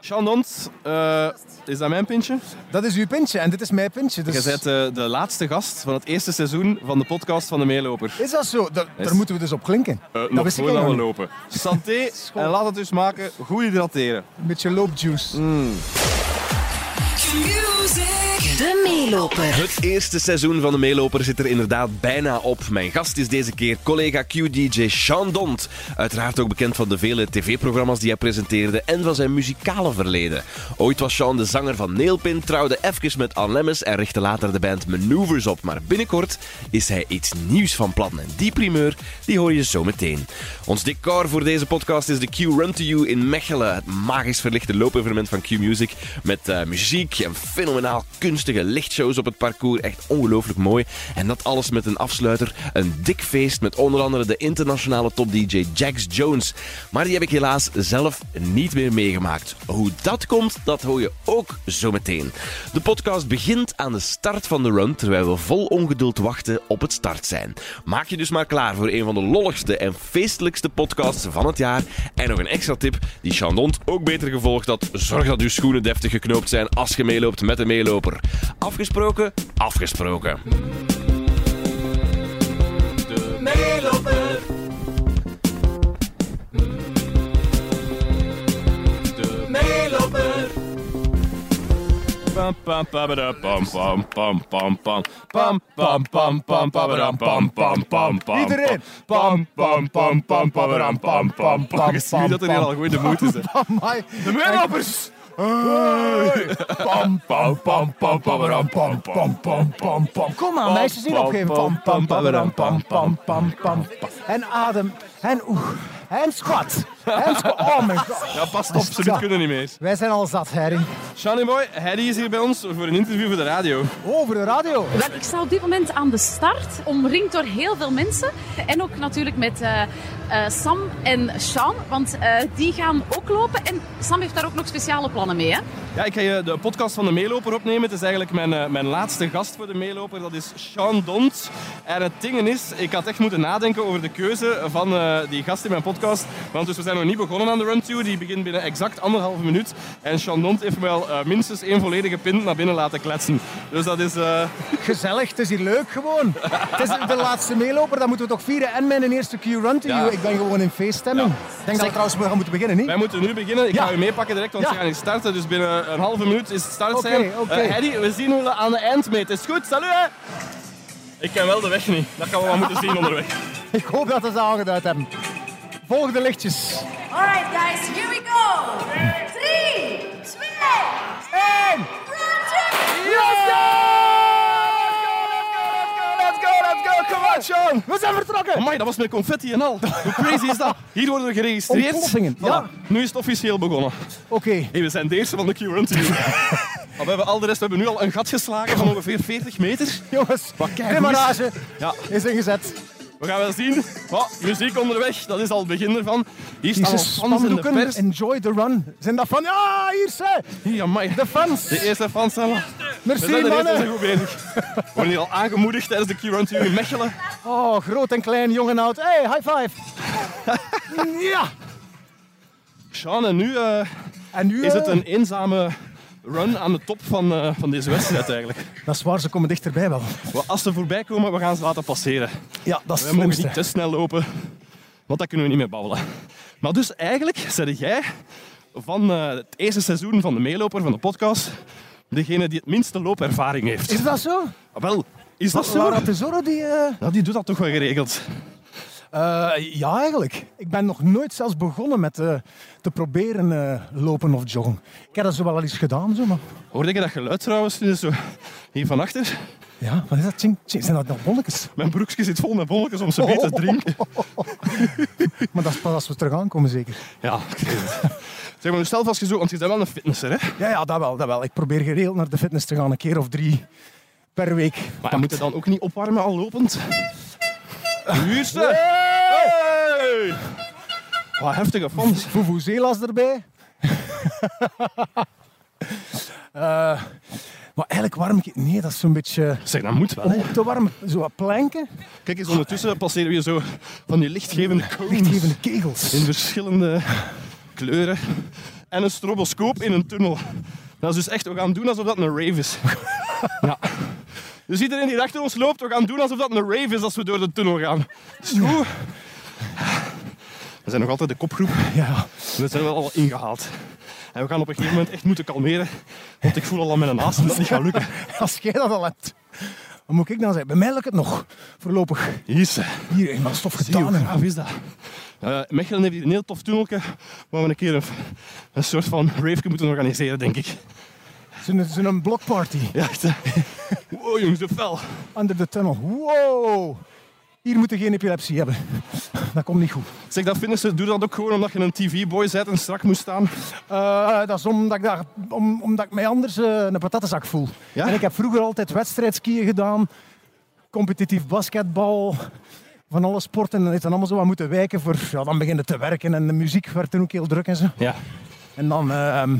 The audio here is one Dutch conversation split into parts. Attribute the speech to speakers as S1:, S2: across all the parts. S1: Chandons, eh, is dat mijn pintje?
S2: Dat is uw pintje en dit is mijn pintje.
S1: Je
S2: Dus...
S1: bent de, de laatste gast van het eerste seizoen van de podcast van de Meeloper.
S2: Is dat zo? Da- Daar moeten we dus op klinken.
S1: Eh,
S2: dat
S1: nog
S2: wist ik
S1: voordat we
S2: eigenlijk nog
S1: lopen. Santé en laat het dus maken. Goed hydrateren.
S2: niet. Een beetje loopjuice.
S3: De meeloper.
S4: Het eerste seizoen van de Meeloper zit er inderdaad bijna op. Mijn gast is deze keer collega Q-DJ Sean Dont. Uiteraard ook bekend van de vele tv-programma's die hij presenteerde en van zijn muzikale verleden. Ooit was Sean de zanger van Neilpin, trouwde even met Anne Lemmens en richtte later de band Maneuvers op. Maar binnenkort is hij iets nieuws van plan. En die primeur, die hoor je zo meteen. Ons decor voor deze podcast is de Q-Run to You in Mechelen. Het magisch verlichte loopevenement van Q-Music. Met eh, muziek en fenomenaal kunstige lichtshows op het parcours. Echt ongelooflijk mooi. En dat alles met een afsluiter. Een dik feest met onder andere de internationale top-dj Jax Jones. Maar die heb ik helaas zelf niet meer meegemaakt. Hoe dat komt, dat hoor je ook zo meteen. De podcast begint aan de start van de run, terwijl we vol ongeduld wachten op het start zijn. Maak je dus maar klaar voor een van de lolligste en feestelijkste podcasts van het jaar. En nog een extra tip die Chandont ook beter gevolgd had. Zorg dat uw schoenen deftig geknoopt zijn als je meeloopt met de meeloper. Afgesproken? Afgesproken.
S1: Pam pam pam pam pam pam pam pam pam pam pam pam pam pam pam pam pam
S2: Iedereen.
S1: pam pam pam pam pam pam pam pam Je ziet dat er hier al goed in de moed is. hè.
S2: Amai.
S1: De meelopers! Pam pam pam pam pam pam pam pam pam pam
S2: Kom aan, meisjes, niet opgeven. Pam, pam, pam, pam, pam, pam, pam. En adem. En oeh. En squat. En squat. Oh mijn god.
S1: Ja, pas op, ze
S2: Ja.
S1: kunnen niet meer.
S2: Wij zijn al zat, Harry.
S1: Shani Boy, Harry is hier bij ons voor een interview voor de radio.
S2: Oh, voor de radio.
S5: Wel, ik sta op dit moment aan de start, omringd door heel veel mensen. En ook natuurlijk met eh, eh, Sam en Sean, want eh, die gaan ook lopen. En Sam heeft daar ook nog speciale plannen mee. Hè?
S1: Ja, ik ga je de podcast van de meeloper opnemen. Het is eigenlijk mijn, eh, mijn laatste gast voor de meeloper. Dat is Sean Dont. En het ding is, ik had echt moeten nadenken over de keuze van eh, die gast in mijn podcast. Want dus we zijn nog niet begonnen aan de run 2. Die begint binnen exact anderhalve minuut. En Sean Dont heeft mij al eh, minstens één volledige pint naar binnen laten kletsen. Dus dat is... eh,
S2: Gezellig, het is hier leuk gewoon. Het is de laatste meeloper, dat moeten we toch vieren. En mijn eerste Q-run to
S1: Ja.
S2: you. Ik ben gewoon in feeststemming. Ik denk dat we trouwens gaan moeten beginnen, niet?
S1: Wij moeten nu beginnen. Ik
S2: Ja.
S1: ga u meepakken direct, want
S2: Ja.
S1: ze gaan hier starten. Dus binnen een halve minuut is het start zijn.
S2: Oké, oké.
S1: Eh, Eddy, we zien hoe aan de eind mee. Het is goed, salut hè! Ik ken wel de weg niet. Dat gaan we wel moeten zien onderweg.
S2: Ik hoop dat we ze aangeduid hebben. Volg de lichtjes.
S6: Alright, guys, here we go. Three, two,
S2: Eén!
S1: Let's go, let's go, come on Sean!
S2: We zijn vertrokken!
S1: Amai, dat was met confetti en al. Hoe crazy is dat? Hier worden we geregistreerd.
S2: Ontploffingen, ja.
S1: Voilà. Nu is het officieel begonnen.
S2: Oké,
S1: Hey, we zijn de eerste van de Q-Run team. Maar we hebben al de rest, we hebben nu al een gat geslagen van ongeveer 40 meter.
S2: jongens.
S1: Wat kijk,
S2: Demarrage
S1: Ja,
S2: is ingezet.
S1: We gaan wel zien. Oh, muziek onderweg, dat is al het begin ervan. Hier staan
S2: Deze
S1: al fans in de
S2: spandoeken,
S1: pers.
S2: enjoy the run. Zijn dat van... Ja, hier zijn
S1: Hier, amai.
S2: de fans.
S1: De eerste fans zijn al... We
S2: Merci,
S1: zijn de eerste, we zijn
S2: mannen.
S1: goed bezig. We worden hier al aangemoedigd tijdens de Q-Run Tour in Mechelen.
S2: Oh, groot en klein, jong en oud. Hey, high five. ja.
S1: Sean, en nu eh,
S2: En nu...
S1: is het
S2: eh,
S1: een eenzame run aan de top van, eh, van deze wedstrijd eigenlijk.
S2: Dat is waar, ze komen dichterbij wel.
S1: Wel, Als ze voorbij komen, we gaan ze laten passeren.
S2: Ja, dat is
S1: We
S2: het
S1: mogen niet
S2: slimste.
S1: te snel lopen, want daar kunnen we niet meer babbelen. Maar dus eigenlijk zeg jij van eh, het eerste seizoen van de meeloper van de podcast degene die het minste loopervaring heeft.
S2: Is dat zo?
S1: Ah, Wel, is dat zo?
S2: Laura Tesoro, die... eh,
S1: Nou, die doet dat toch wel geregeld.
S2: Eh, ja, eigenlijk. Ik ben nog nooit zelfs begonnen met eh, te proberen eh, lopen of joggen. Ik heb dat zo wel al eens gedaan, zo, maar...
S1: Hoorde je dat geluid trouwens? Dus zo hier van achter.
S2: Ja, wat is dat? Tjing, tjing. Zijn dat nog bolletjes?
S1: Mijn broekje zit vol met bolletjes om ze mee te drinken.
S2: Maar dat is pas als we terug aankomen, zeker.
S1: Ja, ik weet het. Zeg maar, zelf als je zo... Want je bent wel een fitnesser, hè?
S2: Ja, ja, dat wel, dat wel. Ik probeer geregeld naar de fitness te gaan, een keer of drie per week.
S1: Maar je moet het dan ook niet opwarmen al lopend. Huurste! Hey! Wat heftige fans.
S2: Vuvuzelas erbij. Eh, maar eigenlijk warm ik... Nee, dat is zo'n beetje...
S1: Zeg, dat moet wel, hè?
S2: Te warm, zo wat planken.
S1: Kijk eens, ondertussen passeren we hier zo van die lichtgevende cones
S2: Lichtgevende kegels.
S1: in verschillende kleuren. en een stroboscoop in een tunnel. Dat is dus echt, we gaan doen alsof dat een rave is. ja. Dus iedereen die achter ons loopt, we gaan doen alsof dat een rave is als we door de tunnel gaan. Dus goed. We zijn nog altijd de kopgroep.
S2: Ja.
S1: We zijn wel al ingehaald. En we gaan op een gegeven moment echt moeten kalmeren. Want ik voel al aan mijn haast dat het niet gaat lukken.
S2: Als jij dat al hebt, wat moet ik dan zeggen? Bij mij lukt het nog, voorlopig.
S1: Jezus.
S2: Hier, eenmaal stof gedaan.
S1: Hoe
S2: en-
S1: gaaf is dat? Eh, Mechelen heeft hier een heel tof tunneltje waar we een keer een, een soort van rave moeten organiseren, denk ik.
S2: Zo'n zo'n blokparty,
S1: Ja, echt. eh. Wow, jongens, de fel.
S2: under the tunnel. Wow! Hier moet je geen epilepsie hebben. Dat komt niet goed.
S1: Zeg, dat vinden ze, doe dat ook gewoon omdat je een TV-boy bent en strak moet staan.
S2: Eh, dat is omdat ik, daar, om, omdat ik mij anders eh, een patattenzak voel.
S1: Ja?
S2: En ik heb vroeger altijd wedstrijdskiën gedaan, competitief basketbal, van alle sporten. En dat heeft dan allemaal zo wat moeten wijken voor... Ja, dan beginnen te werken en de muziek werd toen ook heel druk en zo.
S1: Ja.
S2: En dan... ehm,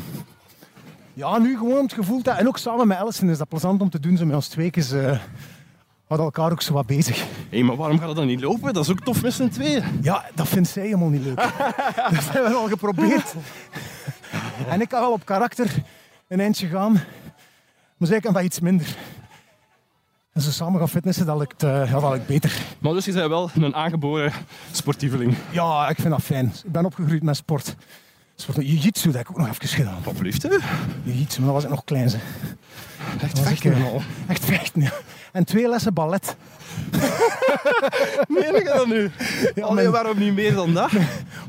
S2: ja, nu gewoon het gevoel dat... En ook samen met Alison is dat plezant om te doen. Zo met ons twee keer... eh, we hadden elkaar ook zo wat bezig.
S1: Hé, maar waarom gaat dat dan niet lopen? Dat is ook tof met z'n tweeën.
S2: Ja, dat vindt zij helemaal niet leuk. dat hebben we al geprobeerd. en ik kan wel op karakter een eindje gaan, maar zij kan dat iets minder. En ze samen gaan fitnessen, dat lukt, eh, ja, dat lukt beter.
S1: Maar dus je bent wel een aangeboren sportieveling.
S2: Ja, ik vind dat fijn. Ik ben opgegroeid met sport. Sport jiu-jitsu, dat heb ik ook nog even gedaan.
S1: Wat blieft, hè?
S2: Jiu-jitsu, maar dat was ik nog klein. Ze.
S1: Echt
S2: Dat was
S1: vechten
S2: ik, eh,
S1: en al.
S2: Echt vechten, ja. En twee lessen ballet.
S1: Meen je dat nu? Allee,
S2: mijn-
S1: waarom niet meer dan dat?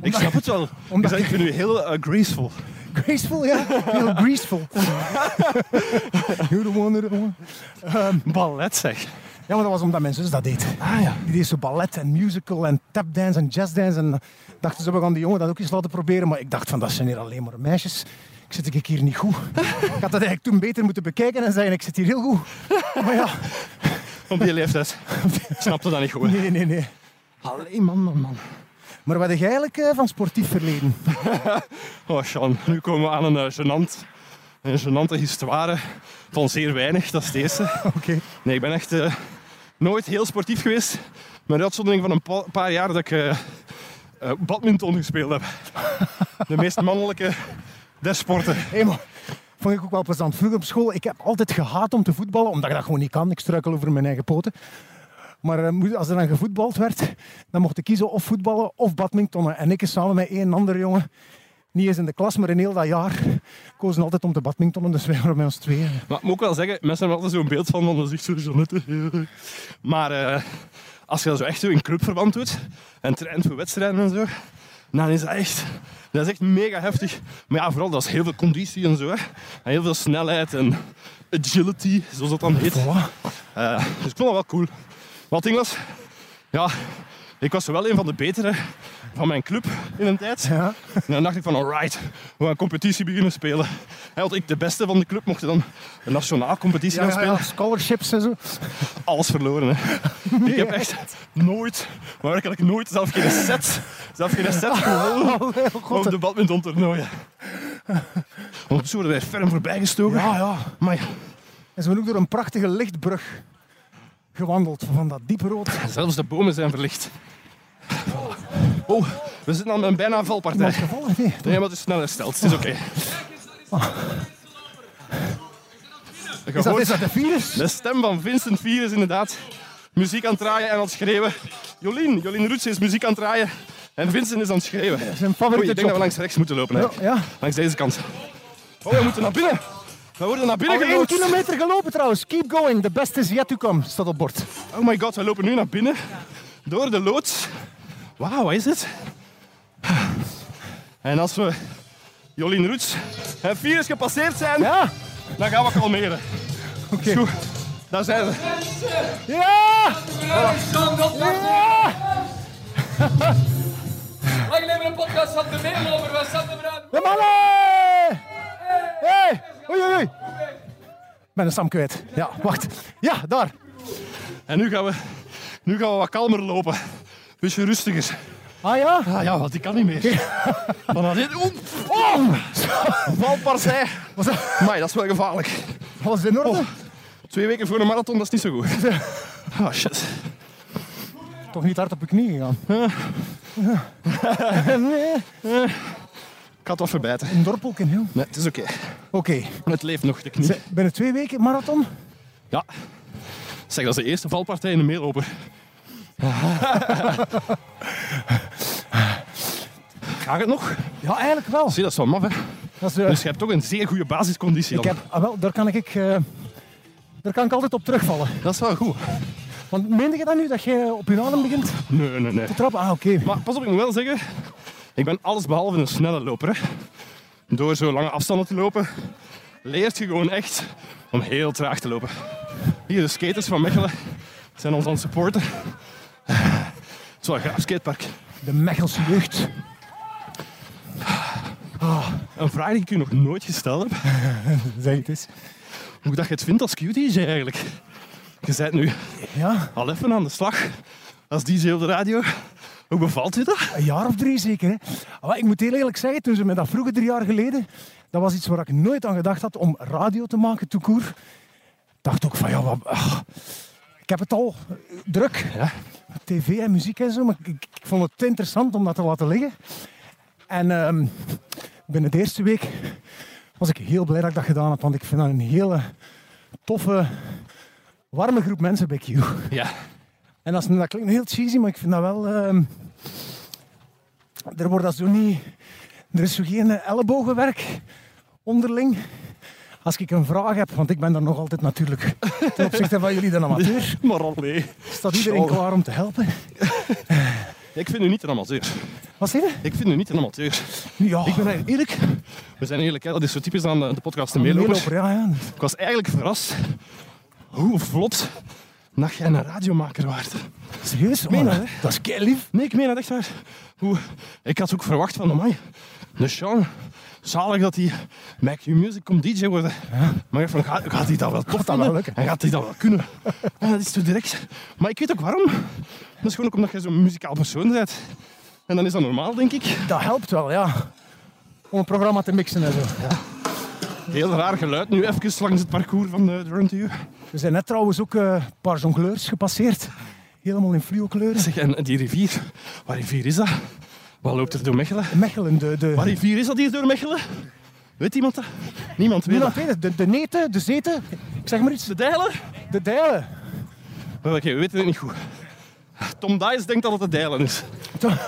S1: ik snap het wel.
S2: omdat-
S1: je bent nu heel eh, graceful.
S2: Graceful, ja. Heel graceful. You're the one, you're the one.
S1: Ballet, zeg.
S2: Ja, maar dat was omdat mijn zus dat deed.
S1: Ah ja.
S2: Die deed zo ballet en musical en tapdance en jazzdance. En dachten ze, we gaan die jongen dat ook eens laten proberen. Maar ik dacht van, dat zijn hier alleen maar meisjes. Ik zit ik hier niet goed. Ik had dat eigenlijk toen beter moeten bekijken en zeggen, ik zit hier heel goed. Maar ja,
S1: Op die leeftijd. Snapte dat niet goed.
S2: nee, nee, nee.
S1: Allee, man, man, man.
S2: Maar wat heb jij eigenlijk eh, van sportief verleden?
S1: Oh, Sean, nu komen we aan een eh, gênant, een gênante histoire van zeer weinig, dat is deze.
S2: Oké.
S1: Nee, ik ben echt eh, nooit heel sportief geweest. Met uitzondering van een pa- paar jaar dat ik eh, eh, badminton gespeeld heb. De meest mannelijke der sporten.
S2: Hé, maar vond ik ook wel plezant. Vroeger op school, ik heb altijd gehaat om te voetballen, omdat ik dat gewoon niet kan. Ik struikel over mijn eigen poten. Maar eh, moe- als er dan gevoetbald werd, dan mocht ik kiezen of voetballen of badmintonnen. En ik is samen met één andere jongen, niet eens in de klas, maar in heel dat jaar, kozen altijd om te badmintonnen. Dus wij waren met ons tweeën.
S1: Maar ik moet ook wel zeggen, mensen hebben altijd zo'n beeld van, van dat is echt zo'n Jeannette. Maar eh, als je dat zo echt zo in clubverband doet, en traint voor wedstrijden en zo, dan is dat echt, dat is echt mega heftig. Maar ja, vooral, dat is heel veel conditie en zo. hè. En heel veel snelheid en agility, zoals dat dan heet.
S2: Voilà.
S1: Eh, dus ik vond dat wel cool. Wat ding was, ja, ik was wel een van de betere van mijn club in een tijd.
S2: Ja.
S1: En dan dacht ik van, alright, we gaan competitie beginnen spelen. Hè, want ik, de beste van de club, mocht dan een nationaal competitie
S2: Ja,
S1: gaan
S2: ja,
S1: spelen.
S2: ja, scholarships en zo.
S1: Alles verloren, hè. Ik heb echt nooit, maar werkelijk nooit, zelf geen set, zelf geen set
S2: Oh,
S1: gewonnen op de badmintontoernooien. Want zo werden wij ferm voorbijgestoken.
S2: Ja, ja.
S1: Maar ja,
S2: En ze zijn ook door een prachtige lichtbrug gewandeld van dat diepe rood.
S1: zelfs de bomen zijn verlicht. Oh, we zitten aan een bijna valpartij.
S2: Iemand gevallen? Nee.
S1: Nee, maar het is snel hersteld. Het is oké. Je
S2: Oh. Is dat,
S1: hoort-
S2: is dat de virus?
S1: De stem van Vincent Vier is inderdaad muziek aan het draaien en aan het schreeuwen. Jolien, Jolien Roets is muziek aan het draaien en Vincent is aan het schreeuwen.
S2: Zijn favoriete
S1: Oei, ik denk dat
S2: job.
S1: we langs rechts moeten lopen. Hè.
S2: Ja, ja.
S1: Langs deze kant. Oh, we moeten naar binnen. Oh, We worden naar binnen
S2: Al één
S1: geloodst.
S2: kilometer gelopen trouwens. Keep going. The best is yet to come, staat op bord.
S1: Oh my god, we lopen nu naar binnen. Door de loods. Wauw, wat is dit? En als we Jolien Roets en Virus gepasseerd zijn,
S2: Ja!
S1: dan gaan we kalmeren. Oké. Goed. Daar zijn ze.
S2: Ja!
S7: Lang leven de podcast van de Meerloper, was Sam de Bruin.
S2: De mannen! Hey! Oei, oei, oei. Ik ben een Sam kwijt. Ja, wacht. Ja, daar.
S1: En nu gaan we, nu gaan we wat kalmer lopen. Een beetje rustiger.
S2: Ah ja?
S1: Ah ja, want ik kan niet meer. Van dat dit. Oeh,
S2: Oh!
S1: valpartij.
S2: Was dat,
S1: Maar dat is wel gevaarlijk.
S2: was het in orde?
S1: Twee weken voor een marathon, dat is niet zo goed. Ah shit.
S2: Toch niet hard op je knie gegaan? Ja. nee.
S1: Ik ga het wat verbijten.
S2: Een dorpel in heel.
S1: Nee, het is oké.
S2: Oké,
S1: Het leeft nog, de knie.
S2: Ze- binnen twee weken marathon.
S1: Ja. Zeg, dat is de eerste valpartij in de meeloper. Gaat het nog?
S2: Ja, eigenlijk wel.
S1: Zie, dat is wel maf, hè?
S2: Dat is, eh,
S1: Dus je hebt toch een zeer goede basisconditie.
S2: ik
S1: al.
S2: heb, ah, wel, daar, kan ik, eh, daar kan ik altijd op terugvallen.
S1: Dat is wel goed.
S2: Want meende je dat nu, dat je op je adem begint te
S1: Nee, nee, nee.
S2: trappen? Ah, oké.
S1: Maar pas op, ik moet wel zeggen, ik ben allesbehalve een snelle loper. Hè. Door zo lange afstanden te lopen, leert je gewoon echt om heel traag te lopen. Hier, de skaters van Mechelen zijn ons aan het supporten. Het is wel een gaaf skatepark.
S2: De Mechelse jeugd.
S1: Een vraag die ik u nog nooit gesteld heb.
S2: Zeg het eens.
S1: Hoe dat je het vindt als Q-DJ eigenlijk. Je bent nu
S2: Ja,
S1: al even aan de slag als DJ op de radio. Hoe bevalt je dat?
S2: een jaar of drie zeker. Hè? Maar ik moet heel eerlijk zeggen, toen ze me dat vroegen drie jaar geleden, dat was iets waar ik nooit aan gedacht had om radio te maken, toekoer. dacht ook van, ja, wat, ah, ik heb het al eh, druk.
S1: Ja.
S2: TV en muziek en zo, maar ik, ik- ik vond het te interessant om dat te laten liggen. En ehm, binnen de eerste week was ik heel blij dat ik dat gedaan heb, want ik vind dat een hele toffe, warme groep mensen bij Q.
S1: Ja.
S2: En dat, is, dat klinkt heel cheesy, maar ik vind dat wel... ehm, er wordt dat zo niet... Er is zo geen eh, ellebogenwerk onderling. Als ik een vraag heb, want ik ben daar nog altijd natuurlijk ten opzichte van jullie de amateur,
S1: Maar allee.
S2: staat iedereen
S1: Tjonge.
S2: klaar om te helpen.
S1: Ik vind u niet een amateur.
S2: Wat zeg je?
S1: Ik vind u niet een amateur.
S2: Ja,
S1: Ik ben eigenlijk eerlijk. We zijn eerlijk, hè. dat is zo typisch aan de, de podcast De Meelopers.
S2: meeloper, ja, ja.
S1: Ik was eigenlijk verrast hoe vlot dat jij een radiomaker waard.
S2: Serieus?
S1: Meen
S2: man,
S1: dat, hè?
S2: dat is kei lief.
S1: Nee, ik meen dat echt waar. Hoe, ik had ook verwacht van, amai, de Sean, zalig dat hij Mac Your Music komt DJ worden. Maar ik dacht van, gaat, gaat hij dat wel tof
S2: dat wel
S1: vinden?
S2: lukken?
S1: En gaat hij dat wel kunnen? en dat is toen direct. Maar ik weet ook waarom. Dat is gewoon ook omdat jij zo'n muzikaal persoon bent. En dan is dat normaal, denk ik.
S2: Dat helpt wel, ja. Om een programma te mixen en zo.
S1: Heel raar geluid nu, even langs het parcours van eh, de, de Run to You.
S2: We zijn net trouwens ook eh, een paar jongleurs gepasseerd. Helemaal in fluokleuren.
S1: Zeg, en die rivier, wat rivier is dat? Wat loopt er door Mechelen?
S2: Mechelen, de... de
S1: Wat rivier is dat hier door Mechelen? Weet iemand dat? Niemand weet
S2: Niemand
S1: dat.
S2: weet het. De, de neten, de zeten. Ik zeg maar iets.
S1: De Dijlen?
S2: De dijlen.
S1: Oké, we weten het niet goed. Tom Dice denkt dat het de Dijlen is.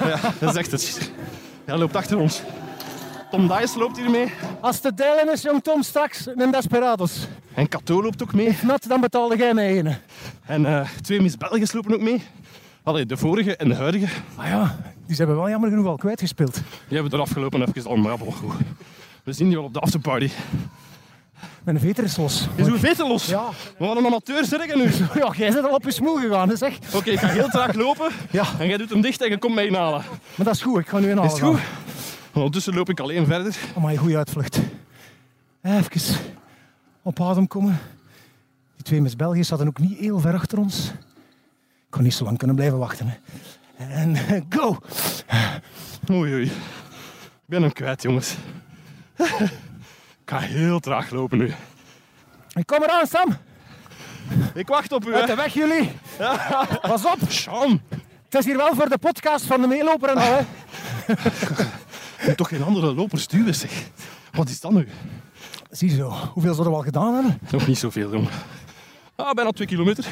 S1: Ja, dat is echt het. Hij loopt achter ons. Tom Dice loopt hier mee.
S2: Als de dijlen is, jong Tom, straks een desperados.
S1: En Cato loopt ook mee.
S2: Nat, dan betaalde jij mij een.
S1: En eh, twee Miss Belgisch lopen ook mee. Allee, de vorige en de huidige.
S2: Ah ja, die zijn we wel jammer genoeg al kwijtgespeeld.
S1: Die hebben er afgelopen even al, maar ja, bon, goed. We zien die wel op de afterparty.
S2: Mijn veter is los.
S1: Is uw veten los?
S2: Ja.
S1: We gaan een amateur zeggen nu. Oké,
S2: Ja, jij bent al op je smoel gegaan, hè, zeg.
S1: ik ga heel traag lopen.
S2: Ja.
S1: En jij doet hem dicht en je komt mij inhalen.
S2: Maar dat is goed, ik ga nu een
S1: Is het goed? Ondertussen loop ik alleen verder.
S2: Amai, goede uitvlucht. Eh, Even op adem komen. Die twee Miss België zaten ook niet heel ver achter ons. Ik kon niet zo lang kunnen blijven wachten. Hè. En eh, go!
S1: Oei, oei. Ik ben hem kwijt, jongens. ik ga heel traag lopen nu.
S2: En kom eraan, Sam!
S1: Ik wacht op u,
S2: Uit
S1: hè.
S2: de weg, jullie! Pas op!
S1: Sean,
S2: Het is hier wel voor de podcast van de meeloper en al, hè.
S1: je moet toch geen andere lopers duwen, zeg. Wat is dat nu?
S2: Ziezo, hoeveel zullen we al gedaan hebben?
S1: Nog niet zoveel, jongen. Ah, bijna twee kilometer.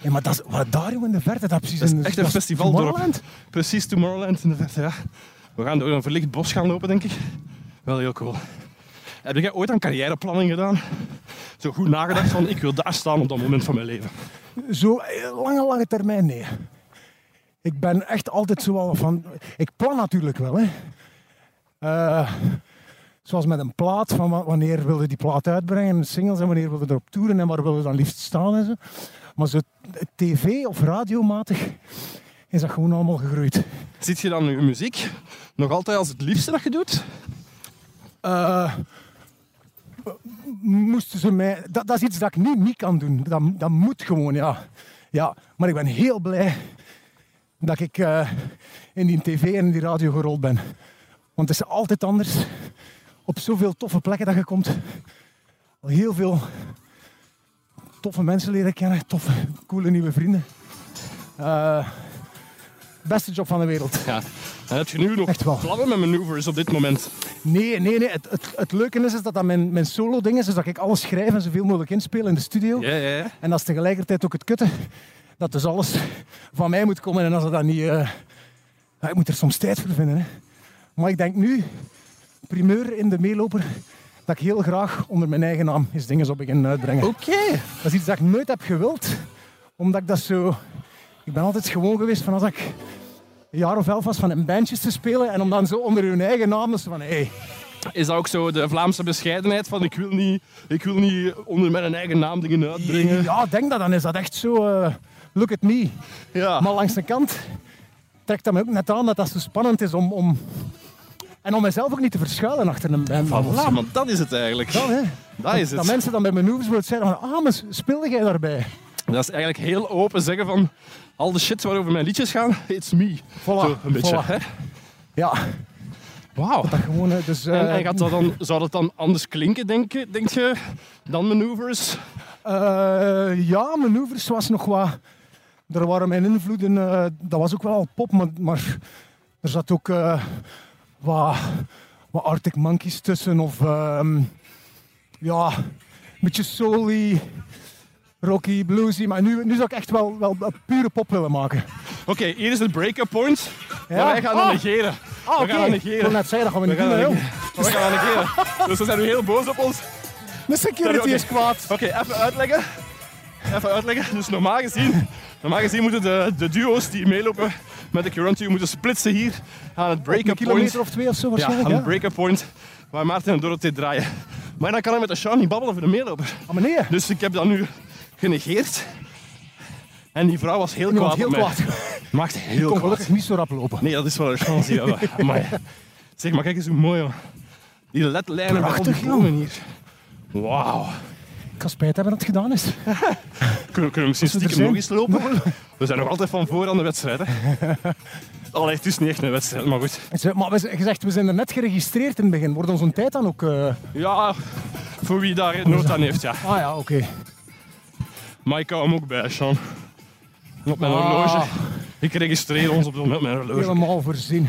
S2: Ja, maar dat is, wat daar jongen in de verte, dat is precies
S1: Dat is
S2: een...
S1: echt een
S2: dat is
S1: festivaldorp.
S2: Tomorrowland.
S1: Precies Tomorrowland in de verte, ja. We gaan door een verlicht bos gaan lopen, denk ik. Wel heel cool. Heb jij ooit aan carrièreplanning gedaan? Zo goed nagedacht van, ik wil daar staan op dat moment van mijn leven.
S2: Zo eh, lange, lange termijn, nee. Ik ben echt altijd zo al van... Ik plan natuurlijk wel, hè. Eh, zoals met een plaat, van wa- wanneer wil je die plaat uitbrengen, en singles, en wanneer wil je erop toeren, en waar wil je dan liefst staan en zo. Maar zo t- tv- of radiomatig is dat gewoon allemaal gegroeid.
S1: Zit je dan je muziek nog altijd als het liefste dat je doet?
S2: Eh, moesten ze mij... Dat, dat is iets dat ik nu niet kan doen. Dat, dat moet gewoon, ja. ja. Maar ik ben heel blij dat ik eh, in die tv en in die radio gerold ben. Want het is altijd anders. Op zoveel toffe plekken dat je komt. Al heel veel toffe mensen leren kennen. Toffe, coole nieuwe vrienden. Eh, beste job van de wereld.
S1: Ja, Heb je nu nog
S2: Echt wel.
S1: plannen met manoeuvres op dit moment?
S2: Nee, nee, nee. Het, het, het leuke is, is dat dat mijn, mijn solo-ding is. Dus dat ik alles schrijf en zoveel mogelijk inspeel in de studio.
S1: Ja, ja, ja.
S2: En dat is tegelijkertijd ook het kutte. Dat dus alles van mij moet komen. En als dat dan niet... eh, ja, ik moet er soms tijd voor vinden. Hè. Maar ik denk nu, primeur in de meeloper, dat ik heel graag onder mijn eigen naam eens dingen zou beginnen uitbrengen.
S1: Oké.
S2: Dat is iets dat ik nooit heb gewild. Omdat ik dat zo... Ik ben altijd gewoon geweest van als ik een jaar of elf was van in bandjes te spelen. En om dan zo onder hun eigen naam dus van... Hey,
S1: Is dat ook zo de Vlaamse bescheidenheid van ik wil niet, ik wil niet onder mijn eigen naam dingen uitbrengen?
S2: Ja, ik denk dat. Dan is dat echt zo... eh, look at me.
S1: Ja.
S2: Maar langs de kant trekt dat me ook net aan dat dat zo spannend is om... om en om mezelf ook niet te verschuilen achter een band.
S1: Ah,
S2: of
S1: voilà,
S2: zo.
S1: want dat is het eigenlijk.
S2: Dan, hè.
S1: Dat is
S2: Dat
S1: het.
S2: mensen dan bij Manoeuvres worden zeggen van... Ah, maar speelde jij daarbij?
S1: Dat is eigenlijk heel open zeggen van al de shit waarover mijn liedjes gaan, it's me. Zo, een beetje.
S2: voilà.
S1: hè.
S2: Ja,
S1: Wauw.
S2: gewoon... eh, Dus,
S1: En,
S2: eh,
S1: en gaat dat dan, zou dat dan anders klinken, denk, je- denk je, dan manoeuvres?
S2: Eh, ja, manoeuvres was nog wat. Er waren mijn invloeden. eh, dat was ook wel pop, maar, maar er zat ook eh, wat, wat Arctic Monkeys tussen. Of ehm, ja, een beetje soul rocky, bluesy. Maar nu, nu zou ik echt wel, wel pure pop willen maken.
S1: Oké, hier is het break-up point. Maar wij gaan dat
S2: Ah.
S1: negeren.
S2: Ah,
S1: we gaan dat
S2: Ik wil
S1: negeren.
S2: net zeggen, dat gaan we
S1: We
S2: niet
S1: gaan
S2: doen. hè,
S1: dat negeren.
S2: jong.
S1: We gaan dat negeren. Dus ze zijn nu heel boos op ons.
S2: De security is kwaad.
S1: Oké, even uitleggen. Even uitleggen. Dus normaal gezien, normaal gezien moeten de, de duo's die meelopen met de Curantu moeten splitsen hier aan het
S2: Een
S1: break-up point.
S2: kilometer of twee of zo
S1: Ja,
S2: waarschijnlijk.
S1: aan
S2: Ja,
S1: het break-up point waar Maarten en Dorothee draaien. Maar dan kan hij met de Sean niet babbelen voor de meeloper.
S2: Ah, maar nee, hè.
S1: Dus ik heb dat nu genegeerd. En die vrouw was heel
S2: Nu was
S1: kwaad
S2: heel
S1: op mij.
S2: kwaad.
S1: Maakt heel
S2: Kon
S1: kwaad.
S2: gelukkig niet zo rap lopen.
S1: Nee, dat is wel een chance die we hebben. Amai. Zeg maar, kijk eens hoe mooi, hoor. Die ledlijnen met al die
S2: Prachtig, joh.
S1: bomen hier. Wauw.
S2: Ik kan spijt hebben dat het gedaan is.
S1: Kunnen, kunnen we misschien
S2: Als we er
S1: stiekem nog eens
S2: zijn.
S1: lopen? We zijn nog altijd van voor aan de wedstrijd, hè. Allee, het is niet echt een wedstrijd, maar goed.
S2: Ik zei, Maar we, zijn- je zegt, we zijn er net geregistreerd in het begin. Wordt onze tijd dan ook... eh,
S1: Ja, voor wie daar nood aan heeft, ja.
S2: Ah ja, oké.
S1: Maar ik hou hem ook bij, Sean. Op mijn
S2: Ah.
S1: horloge. Ik registreer ons op met mijn horloge.
S2: Helemaal voorzien.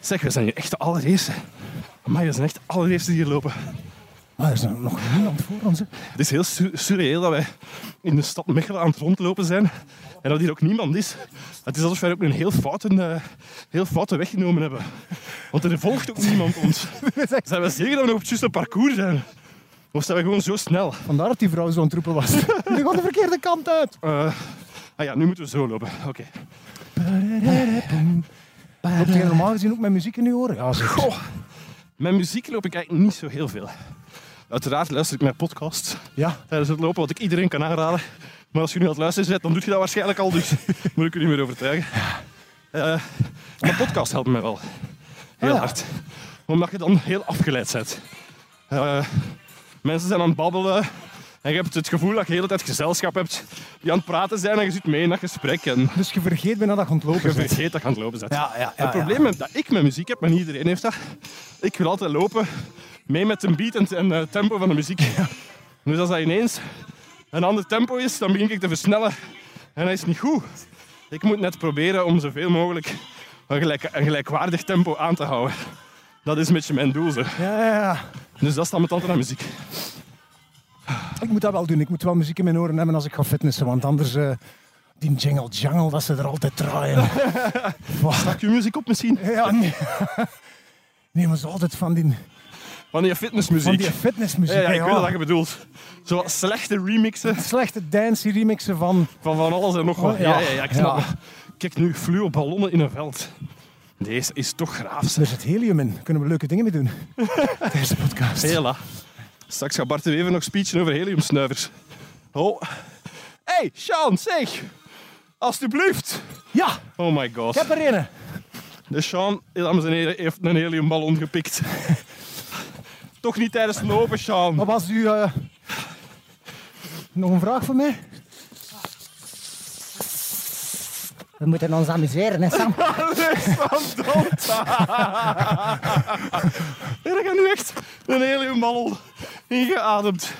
S1: Zeg, we zijn hier echt de allereerste. Maar we zijn echt de allereerste die hier lopen.
S2: Maar Ah, er is nog niemand voor ons. hè.
S1: Het is heel su- surreëel dat wij in de stad Mechelen aan het rondlopen zijn en dat hier ook niemand is. Het is alsof wij ook een heel foute, eh, heel foute weg genomen hebben. Want er volgt ook niemand ons. Zijn we zeker dat we nog op het juiste parcours zijn? Of zijn we gewoon zo snel?
S2: Vandaar dat die vrouw zo'n troepen was. Die gaat de verkeerde kant uit.
S1: Eh, ah ja, nu moeten we zo lopen. Oké.
S2: Loopt jij normaal gezien ook met muziek in je oren? Ja, zeg.
S1: Goh. Met muziek loop ik eigenlijk niet zo heel veel. Uiteraard luister ik naar podcasts
S2: Ja.
S1: tijdens het lopen, wat ik iedereen kan aanraden. Maar als je nu aan het luisteren bent, dan doe je dat waarschijnlijk al, dus moet ik u niet meer overtuigen. Eh maar podcast helpt mij wel. Heel
S2: Ah, ja.
S1: hard. Omdat je dan heel afgeleid bent. Eh, mensen zijn aan het babbelen en je hebt het gevoel dat je de hele tijd gezelschap hebt die aan het praten zijn en je zit mee in dat gesprek en
S2: Dus je vergeet bijna dat je ontlopen
S1: je
S2: bent.
S1: vergeet dat je aan het lopen bent.
S2: Ja, ja, Ah, ja,
S1: het probleem met- dat ik met muziek heb, en iedereen heeft dat, ik wil altijd lopen mee met een beat en, en eh, tempo van de muziek. Dus als dat ineens een ander tempo is, dan begin ik te versnellen. En dat is niet goed. Ik moet net proberen om zoveel mogelijk een, gelijk, een gelijkwaardig tempo aan te houden. Dat is een beetje mijn doel. Zeg.
S2: Ja, ja, ja.
S1: Dus dat staat met altijd naar muziek.
S2: Ik moet dat wel doen. Ik moet wel muziek in mijn oren hebben als ik ga fitnessen. Want anders... eh, die jingle jangle dat ze er altijd draaien.
S1: Pak je muziek op misschien?
S2: Ja, nee. Nee, maar ze altijd van die,
S1: Van die
S2: van
S1: fitnessmuziek.
S2: die fitnessmuziek.
S1: ja, ja,
S2: hè,
S1: ik weet wat je bedoelt. Zo slechte remixen
S2: Slechte dancey remixen van...
S1: Van van alles en nog wat.
S2: Oh,
S1: ja.
S2: ja.
S1: Ja, ja, ik snap
S2: Ja.
S1: het. Kijk nu, fluoballonnen in een veld. Deze is toch graaf.
S2: Er zit helium in. Kunnen we leuke dingen mee doen. Deze podcast.
S1: Hela. Straks gaat Bart de Wever nog speechen over heliumsnuivers. Oh. hey, Sean, zeg. Alsjeblieft.
S2: Ja, ik
S1: Oh my god.
S2: heb er een.
S1: De Sean, dames en heren, heeft een heliumballon gepikt. toch niet tijdens het lopen, Sean.
S2: Wat was u... eh, Nog een vraag voor mij? We moeten ons amuseren, hè Sam?
S1: Verdomd. Nee, dat gaat nu echt een heliumballon ingeademd.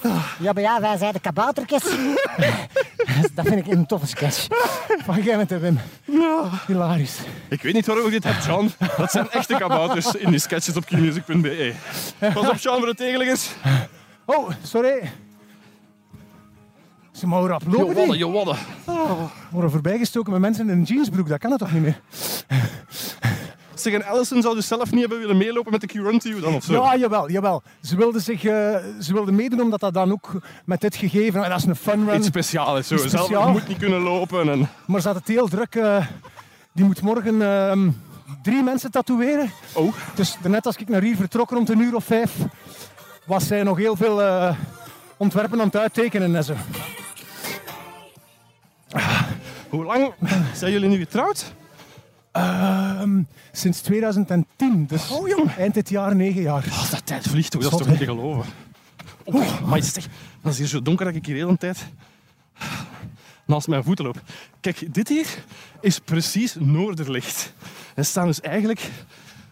S8: Ja, maar ja, wij zijn de kabouterkes. dat vind ik een toffe sketch.
S2: Van Gent en Wim. Hilarisch.
S1: Ik weet niet waarom ik dit heb, John. Dat zijn echte kabouters in die sketches op qmusic.be. E. Pas op, John, voor de tegeligers.
S2: Oh, sorry. Ze mogen rap
S1: Je
S2: lopen
S1: wadden,
S2: die.
S1: je
S2: Ah.
S1: wadden.
S2: Worden voorbijgestoken met mensen in een jeansbroek. Dat kan het toch niet meer?
S1: Zeg, en Allison zou dus zelf niet hebben willen meelopen met de Q-Run to You dan, of zo?
S2: Ja, jawel, jawel. Ze wilden, zich, eh, ze wilden meedoen omdat dat dan ook met dit gegeven... en Dat is een funrun.
S1: Iets speciaals is zo.
S2: Iets
S1: Zelf
S2: speciaal.
S1: moet niet kunnen lopen. En...
S2: Maar ze had het heel druk. eh, die moet morgen ehm, drie mensen tatoeëren.
S1: Oh,
S2: Dus net als ik naar hier vertrok rond een uur of vijf, was zij nog heel veel eh, ontwerpen aan het uittekenen en zo.
S1: hoe lang zijn jullie nu getrouwd?
S2: Ehm, sinds 2010, dus
S1: Oh, jong.
S2: eind dit jaar negen jaar.
S1: Als dat tijd vliegt, toch? dat is
S2: Zot,
S1: toch niet te geloven? Oeh, amai, zeg. Dat is hier zo donker dat ik hier heel een tijd naast mijn voeten loop. Kijk, dit hier is precies Noorderlicht. Er staan dus eigenlijk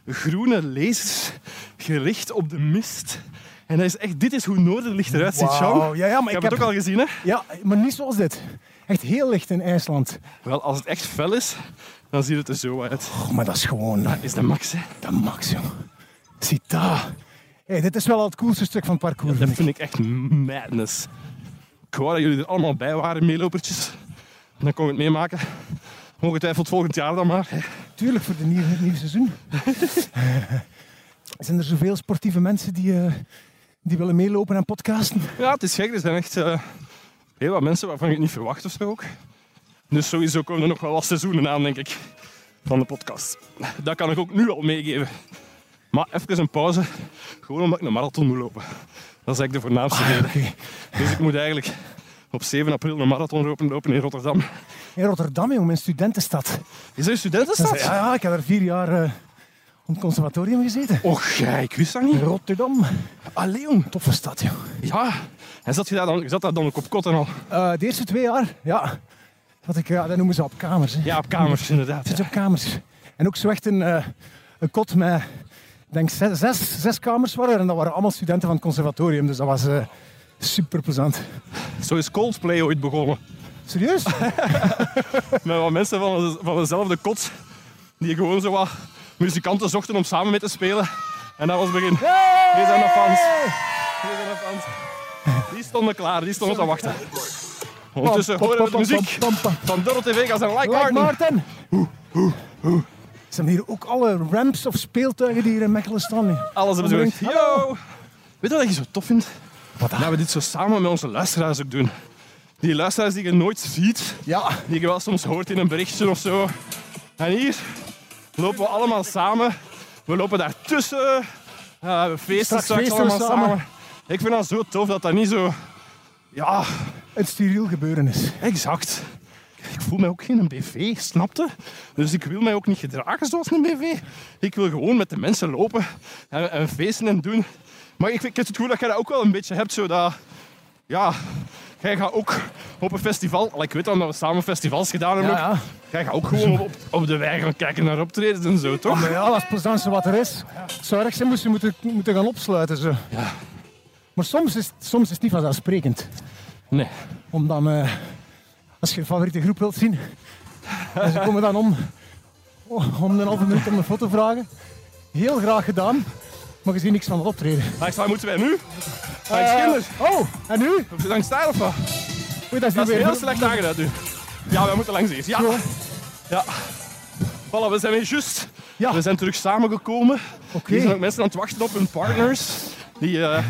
S1: groene lasers gericht op de mist. En dat is echt, dit is hoe Noorderlicht eruit ziet, Sean.
S2: Wauw, ja, ja, maar
S1: ik heb
S2: ik
S1: het ook
S2: heb-
S1: al gezien, hè?
S2: Ja, maar niet zoals dit. Echt heel licht in IJsland.
S1: Wel, als het echt fel is, dan ziet het er zo uit.
S2: Oh, maar dat is gewoon eh,
S1: Is de max, hè?
S2: de max, jong. Zie daar. Hey, dit is wel al het coolste stuk van het parcours.
S1: Dat
S2: vind ik.
S1: vind ik echt madness. Ik wou dat jullie er allemaal bij waren, meelopertjes. Dan kon ik het meemaken. Ongetwijfeld volgend jaar dan maar. hè.
S2: Tuurlijk voor de nieuwe, het nieuwe seizoen. Zijn er zoveel sportieve mensen die, eh, die willen meelopen en podcasten?
S1: Ja, het is gek. Er zijn echt eh, heel wat mensen waarvan ik het niet verwacht of zo ook. Dus sowieso komen er nog wel wat seizoenen aan, denk ik, van de podcast. Dat kan ik ook nu al meegeven. Maar even een pauze, gewoon omdat ik een marathon moet lopen. Dat is eigenlijk de voornaamste reden. Dus ik moet eigenlijk op 7 april een marathon lopen, lopen in Rotterdam.
S2: In Rotterdam, jong, mijn studentenstad.
S1: Is er een
S2: Ja,
S1: studentenstad?
S2: ja, ik heb er vier jaar eh, op het conservatorium gezeten.
S1: Och, ja, ik wist dat niet.
S2: Rotterdam,
S1: Allee, jong.
S2: toffe stad, jong.
S1: Ja. En zat je daar dan, zat daar dan ook op kot en al?
S2: Eh, de eerste twee jaar, ja, wat ik, ja, dat noemen ze op kamers. hè.
S1: Ja, op kamers, inderdaad.
S2: Zit je op kamers. En ook zo echt een, eh, een kot met, ik denk zes, zes, zes kamers waren er. En dat waren allemaal studenten van het conservatorium, dus dat was super plezant.
S1: Zo is Coldplay ooit begonnen.
S2: Serieus?
S1: Met wat mensen van, van dezelfde kot. Die gewoon zo wat muzikanten zochten om samen mee te spelen. En dat was het begin. Hier zijn de fans. Hier zijn de fans. Die stonden klaar, die stonden te wachten. Ondertussen
S2: Pam, pam,
S1: horen we de
S2: pam,
S1: muziek
S2: pam, pam,
S1: van Doro TV gaan zijn Like
S2: pam. Like
S1: Martin.
S2: Maarten. Ze hebben hier ook alle ramps of speeltuigen die hier in Mechelen staan.
S1: Alles hebben ze
S2: Omringd.
S1: gezegd. Yo! Weet je wat ik zo tof vind? Dat we dit zo samen met onze luisteraars ook doen. Die luisteraars die je nooit ziet,
S2: Ja,
S1: die je wel soms hoort in een berichtje of zo. En hier lopen we allemaal samen. We lopen daartussen. Eh we feesten
S2: Straks
S1: straks,
S2: feesten we
S1: allemaal samen.
S2: samen.
S1: Ik vind dat zo tof dat dat niet zo... Ja,
S2: het steriel gebeuren is.
S1: exact. Ik voel mij ook geen BV, snapte? Dus ik wil mij ook niet gedragen zoals een BV. Ik wil gewoon met de mensen lopen en, en feesten en doen. Maar ik, vind- ik heb het gevoel dat jij dat ook wel een beetje hebt, zo dat... Ja, jij gaat ook op een festival... Al, ik weet dan dat we samen festivals gedaan hebben. ook.
S2: Ja, ja.
S1: Jij gaat ook gewoon op, op de wei gaan kijken naar optredens en zo, toch?
S2: Maar ja, dat is het plezantste wat er is. Het zou erg zijn moesten moeten, moeten gaan opsluiten. Zo. Maar soms is, soms is het niet vanzelfsprekend.
S1: Nee.
S2: Om dan, eh, als je je favoriete groep wilt zien, en ze komen dan om, oh, om de halve minuut om een foto vragen. Heel graag gedaan, maar je ziet niks van het optreden.
S1: Langs waar moeten wij nu? Langs Kinder?
S2: Oh, en nu? Oei,
S1: Langs daar of wat?
S2: dat is, nu
S1: Dat is
S2: weer
S1: heel slecht aangeduid nu. Ja, wij moeten langs hier. Ja.
S2: Ja.
S1: Ja. Voilà, we zijn weer juist.
S2: Ja.
S1: We zijn terug samengekomen.
S2: Oké.
S1: Hier zijn ook mensen aan het wachten op hun partners. Die, eh,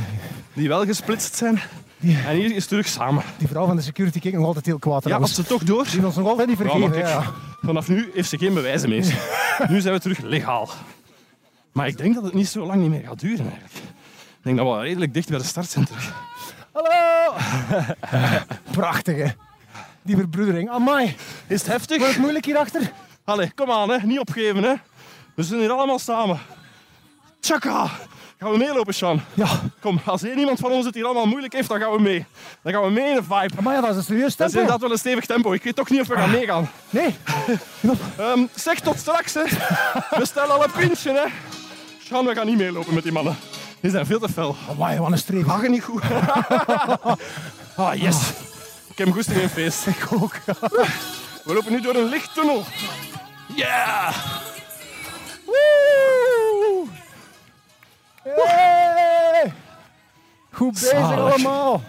S1: die wel gesplitst zijn.
S2: Ja.
S1: En hier is terug samen.
S2: Die vrouw van de security keek nog altijd heel kwaad
S1: Ja, als
S2: trouwens.
S1: ze toch door...
S2: Die wil ons nog altijd niet
S1: Ja, maar
S2: vergeven.
S1: kijk,
S2: Ja,
S1: vanaf nu heeft ze geen bewijzen meer. nu zijn we terug legaal. Maar ik denk dat het niet zo lang niet meer gaat duren eigenlijk. Ik denk dat we al redelijk dicht bij de start zijn terug.
S2: Hallo! Prachtig, hè? Die verbroedering. Amai,
S1: Is het
S2: wordt het
S1: heftig?
S2: moeilijk hierachter?
S1: Allee, kom aan, hè. niet opgeven. Hè. We zijn hier allemaal samen. Tjaka! Gaan we meelopen, Sean?
S2: Ja,
S1: Kom, als één iemand van ons het hier allemaal moeilijk heeft, dan gaan we mee. Dan gaan we mee in de vibe.
S2: maar ja, dat is een
S1: Dat
S2: serieus
S1: is
S2: tempo.
S1: inderdaad wel een stevig tempo. Ik weet toch niet of we gaan meegaan.
S2: Nee,
S1: Ehm, zeg tot straks, hè. We stellen al een pintje, hè. Sean, we gaan niet meelopen met die mannen. Die zijn veel te fel.
S2: amai, wat een streep.
S1: Mag niet goed. ah, yes. Ik heb goesting in feest.
S2: Ik ook.
S1: We lopen nu door een lichttunnel. Yeah! Woe!
S2: Hey! Goed bezig
S1: Zalig.
S2: allemaal.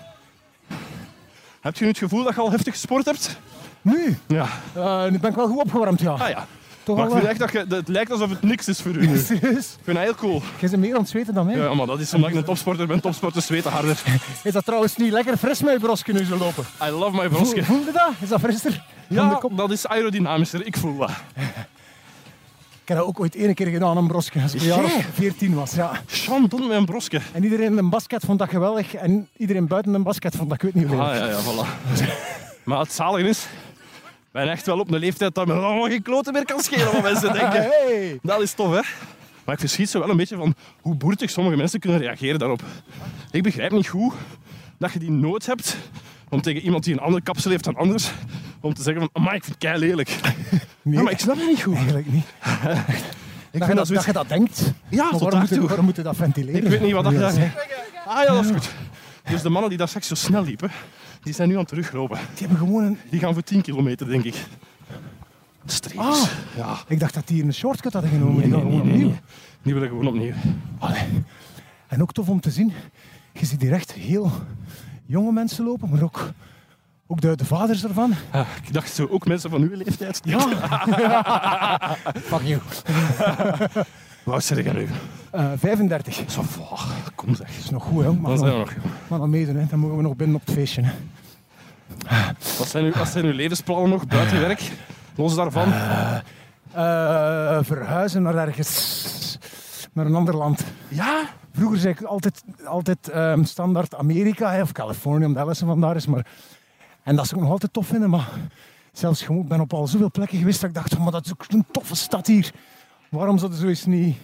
S1: Heb je nu het gevoel dat je al heftig gesport hebt?
S2: Nu?
S1: Ja.
S2: Eh, nu ben ik wel goed opgewarmd, ja.
S1: Ah ja.
S2: Toch
S1: Maar ik
S2: al,
S1: vind echt
S2: eh,
S1: dat je, dat het lijkt alsof het niks is voor u nu. Ik
S2: Serieus?
S1: vind dat heel cool.
S2: Jij bent meer aan het zweten dan mij.
S1: Ja, maar dat is omdat ik een topsporter ben. Topsporters zweten harder.
S2: Is dat trouwens niet lekker fris met je brosje nu zo lopen?
S1: I love my
S2: Voel,
S1: brosje.
S2: voel je dat? Is dat frisser? Dan de
S1: Ja,
S2: kop.
S1: dat is aerodynamischer. Ik voel dat.
S2: Ik heb dat ook ooit één keer gedaan, een brosje. Als ik een jaar of 14 was, ja.
S1: Sean Don met een brosje.
S2: En iedereen in een basket vond dat geweldig. En iedereen buiten een basket vond dat, ik weet niet hoe.
S1: Ah ja, ja, voilà. Maar het zalige is, ik ben echt wel op een leeftijd dat me allemaal geen kloten meer kan schelen wat mensen denken.
S2: Hey.
S1: Dat is tof, hè? Maar ik verschiet zo wel een beetje van hoe boertig sommige mensen kunnen reageren daarop. Ik begrijp niet hoe dat je die nood hebt om tegen iemand die een andere kapsel heeft dan anders, om te zeggen van, maar ik vind het kei lelijk.
S2: Nee,
S1: maar ik snap het niet goed.
S2: eigenlijk niet.
S1: Ik
S2: dat, je
S1: vind dat
S2: dat, dat
S1: zoiets...
S2: je dat denkt.
S1: Ja, tot
S2: maar waarom moeten
S1: daartoe.
S2: waarom moet je dat ventileren?
S1: Ik weet niet wat dat
S2: Ja,
S1: gedaan
S2: zeg.
S1: heeft. Ah ja, dat is goed. Dus de mannen die daar straks zo snel liepen, die zijn nu aan het teruglopen.
S2: Die hebben gewoon een...
S1: Die gaan voor 10 kilometer, denk ik. Streams.
S2: Ah.
S1: Ja.
S2: Ik dacht dat die hier een shortcut hadden genomen. die gaan gewoon opnieuw.
S1: Die willen gewoon opnieuw.
S2: Allee. En ook tof om te zien. Je ziet hier echt heel jonge mensen lopen, maar ook, ook de, de vaders ervan.
S1: Ah, ik dacht zo, ook mensen van uw leeftijd. Ja.
S2: Fuck you.
S1: Waar zit jij nu?
S2: Eh, 35. Dat
S1: Zo, va, kom zeg.
S2: is nog goed, hè? Maar
S1: Dan zijn we
S2: nog,
S1: nog.
S2: maar nog meedoen, hè. Dan mogen we nog binnen op het feestje. Hè.
S1: Wat zijn, uw, wat zijn uw levensplannen nog buiten werk? Los daarvan.
S2: Eh, verhuizen naar ergens, naar een ander land.
S1: ja?
S2: Vroeger zei ik altijd, altijd ehm, standaard Amerika hè, of Californië, omdat Ellison vandaar is. Maar, en dat zou ik nog altijd tof vinden, maar zelfs gewoon, ik ben op al zoveel plekken geweest dat ik dacht, "Oh, maar dat is ook een toffe stad hier. Waarom zou er zoiets niet...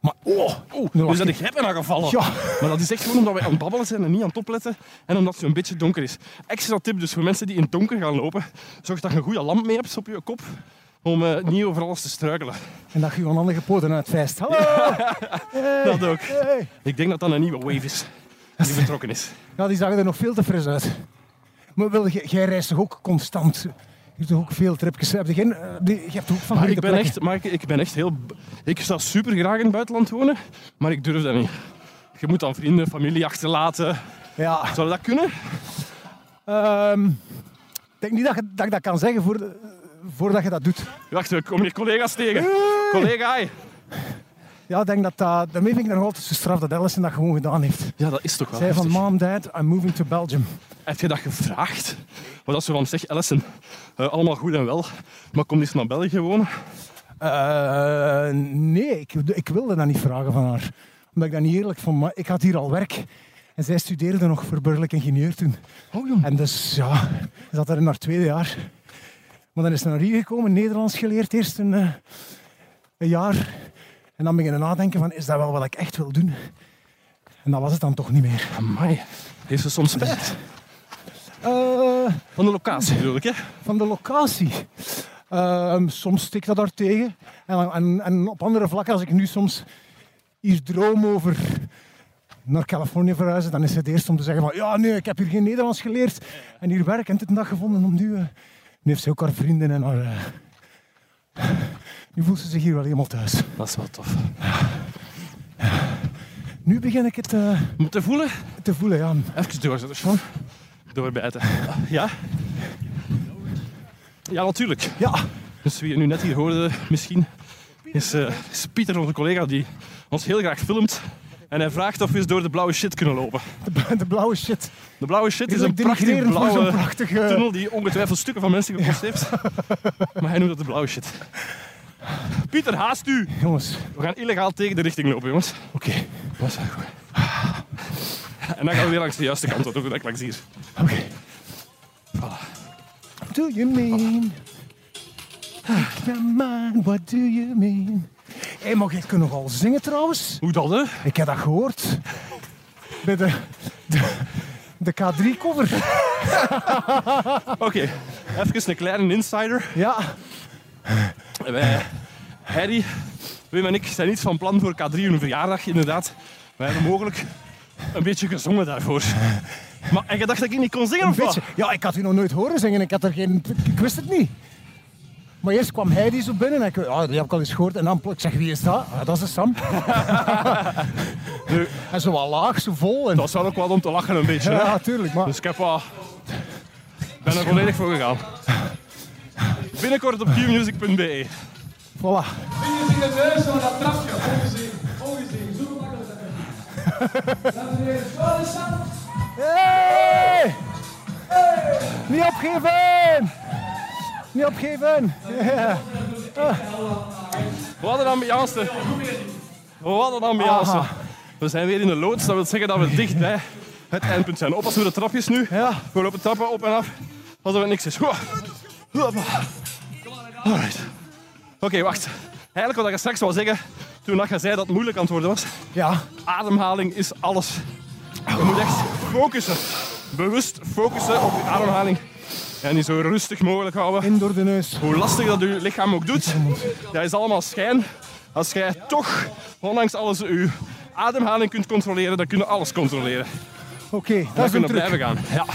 S2: Maar oh,
S1: Oeh,
S2: nu
S1: nu
S2: lach
S1: zijn de
S2: ik.
S1: greppen aangevallen.
S2: Ja.
S1: Maar dat is echt gewoon omdat wij aan het babbelen zijn en niet aan het opletten. En omdat het zo'n beetje donker is. Extra tip dus voor mensen die in het donker gaan lopen. Zorg dat je een goede lamp mee hebt op je kop. Om eh, niet over alles te struikelen.
S2: En dat je gewoon andere poten uit vijst. Hallo! Hey,
S1: Dat ook.
S2: hey.
S1: Ik denk dat dat een nieuwe wave is. Die vertrokken is.
S2: Ja, die zagen er nog veel te fris uit. Maar wil, jij, jij reist toch ook constant? Je doet toch ook veel tripjes? Heb je, geen, eh, die- je hebt toch ook van
S1: Maar
S2: goede
S1: ik ben
S2: plekken?
S1: echt, maar ik, ik ben echt heel. b- Ik zou super graag in het buitenland wonen, maar ik durf dat niet. Je moet dan vrienden, familie achterlaten.
S2: Ja.
S1: Zou dat kunnen?
S2: Ehm, ik denk niet dat, je, dat ik dat kan zeggen voor, voordat je dat doet.
S1: Wacht, we komen hier collega's tegen. Collega, hi.
S2: Ja, ik denk dat dat... Daarmee vind ik nog altijd zo straf dat Ellison dat gewoon gedaan heeft.
S1: Ja, dat is toch wel.
S2: Zij van,
S1: heftig.
S2: mom, dad, I'm moving to Belgium.
S1: Heb je dat gevraagd? Wat als ze van zeg, Ellison, eh, allemaal goed en wel, maar kom eens naar België wonen.
S2: Eh, nee, ik, ik wilde dat niet vragen van haar. Omdat ik dat niet eerlijk vond. Maar ik had hier al werk. En zij studeerde nog voor burgerlijk ingenieur toen.
S1: Oh jong.
S2: En dus, ja, ze zat daar in haar tweede jaar. Maar dan is ze naar hier gekomen, Nederlands geleerd, eerst een, eh, een jaar. En dan beginnen nadenken van, is dat wel wat ik echt wil doen? En dat was het dan toch niet meer.
S1: Amai. Heeft ze soms spijt?
S2: Eh,
S1: Van de locatie bedoel ik, hè?
S2: van de locatie. Ehm, soms stikt dat daar tegen. En, en, en op andere vlakken, als ik nu soms hier droom over naar Californië verhuizen, dan is het eerst om te zeggen van ja, nee, ik heb hier geen Nederlands geleerd en hier werk en dit en dat gevonden om nu... eh." nu heeft ze ook haar vrienden en haar... eh, nu voelt ze zich hier wel helemaal thuis.
S1: Dat is wel tof.
S2: Nu begin ik het eh,
S1: Om te voelen,
S2: te voelen, ja.
S1: even doorzetten, Sean. Doorbijten. Ja? Ja, natuurlijk.
S2: Ja,
S1: Dus wie je nu net hier hoorde, misschien, is, eh, is Pieter, onze collega, die ons heel graag filmt. En hij vraagt of we eens door de blauwe shit kunnen lopen.
S2: de, de blauwe shit.
S1: De blauwe shit is een
S2: Heerlijk
S1: prachtige
S2: dirigerend voor zo'n
S1: blauwe
S2: prachtige-
S1: tunnel die ongetwijfeld stukken van mensen gekost heeft. Maar hij noemt dat de blauwe shit. Pieter, haast u!
S2: Jongens,
S1: We gaan illegaal tegen de richting lopen, jongens.
S2: oké.
S1: Dat is wel goed. En dan gaan we weer langs de juiste kant, dat ook dat ik langs hier.
S2: Oké. Do you mean? Ik ben man, what do you mean? Hé, hey, maar jij kunt nogal zingen trouwens.
S1: Hoe dat, hè?
S2: Ik heb dat gehoord. Bij de, de, de K3-cover.
S1: Oké, even een kleine insider.
S2: Ja,
S1: Wij, Harry, Wim en ik zijn niet van plan voor K3 hun verjaardag, inderdaad. Wij hebben mogelijk een beetje gezongen daarvoor. Maar, en je dacht dat ik niet kon zingen
S2: Een
S1: of wat?
S2: beetje. Ja, ik had u nog nooit horen zingen. Ik, had er geen, ik wist het niet. Maar eerst kwam hij die zo binnen en ik, ja, die heb ik al eens gehoord. En dan pl- ik zeg, wie is dat? Ah, dat is de Sam.
S1: Nu,
S2: En zo wat laag, zo vol. En,
S1: dat was wel ook wat om te lachen een beetje. hè.
S2: ja, tuurlijk. Maar
S1: Dus ik heb wel... ik ben er volledig voor gegaan. Binnenkort op qmusic.be.
S2: voilà.
S7: Vingers in de neus van dat trapje. Ongezien, ongezien. Zo makkelijk dat is. Dames en heren, waar is Sam?
S2: Hey! Niet opgeven! Niet opgeven! Ja.
S1: Wat een ambiance. Wat een ambiance.
S2: Aha.
S1: We zijn weer in de loods. Dat wil zeggen dat we dicht bij het eindpunt zijn. Oppassen voor de trapjes nu.
S2: Ja.
S1: We lopen trappen op en af. Alsof er niks is. Hua. Hoppa. Alright. Oké, wacht. Eigenlijk wat ik straks wou zeggen, toen Nacha zei dat het moeilijk aan het worden was.
S2: Ja.
S1: Ademhaling is alles. Je moet echt focussen. Bewust focussen op je ademhaling. En die zo rustig mogelijk houden
S2: In door de neus.
S1: hoe lastig dat uw lichaam ook doet, dat is allemaal schijn. Als jij toch, ondanks alles, uw ademhaling kunt controleren, dan kun je alles controleren.
S2: Oké, dat
S1: Dan
S2: is een
S1: kunnen we blijven
S2: truc.
S1: gaan. Ja.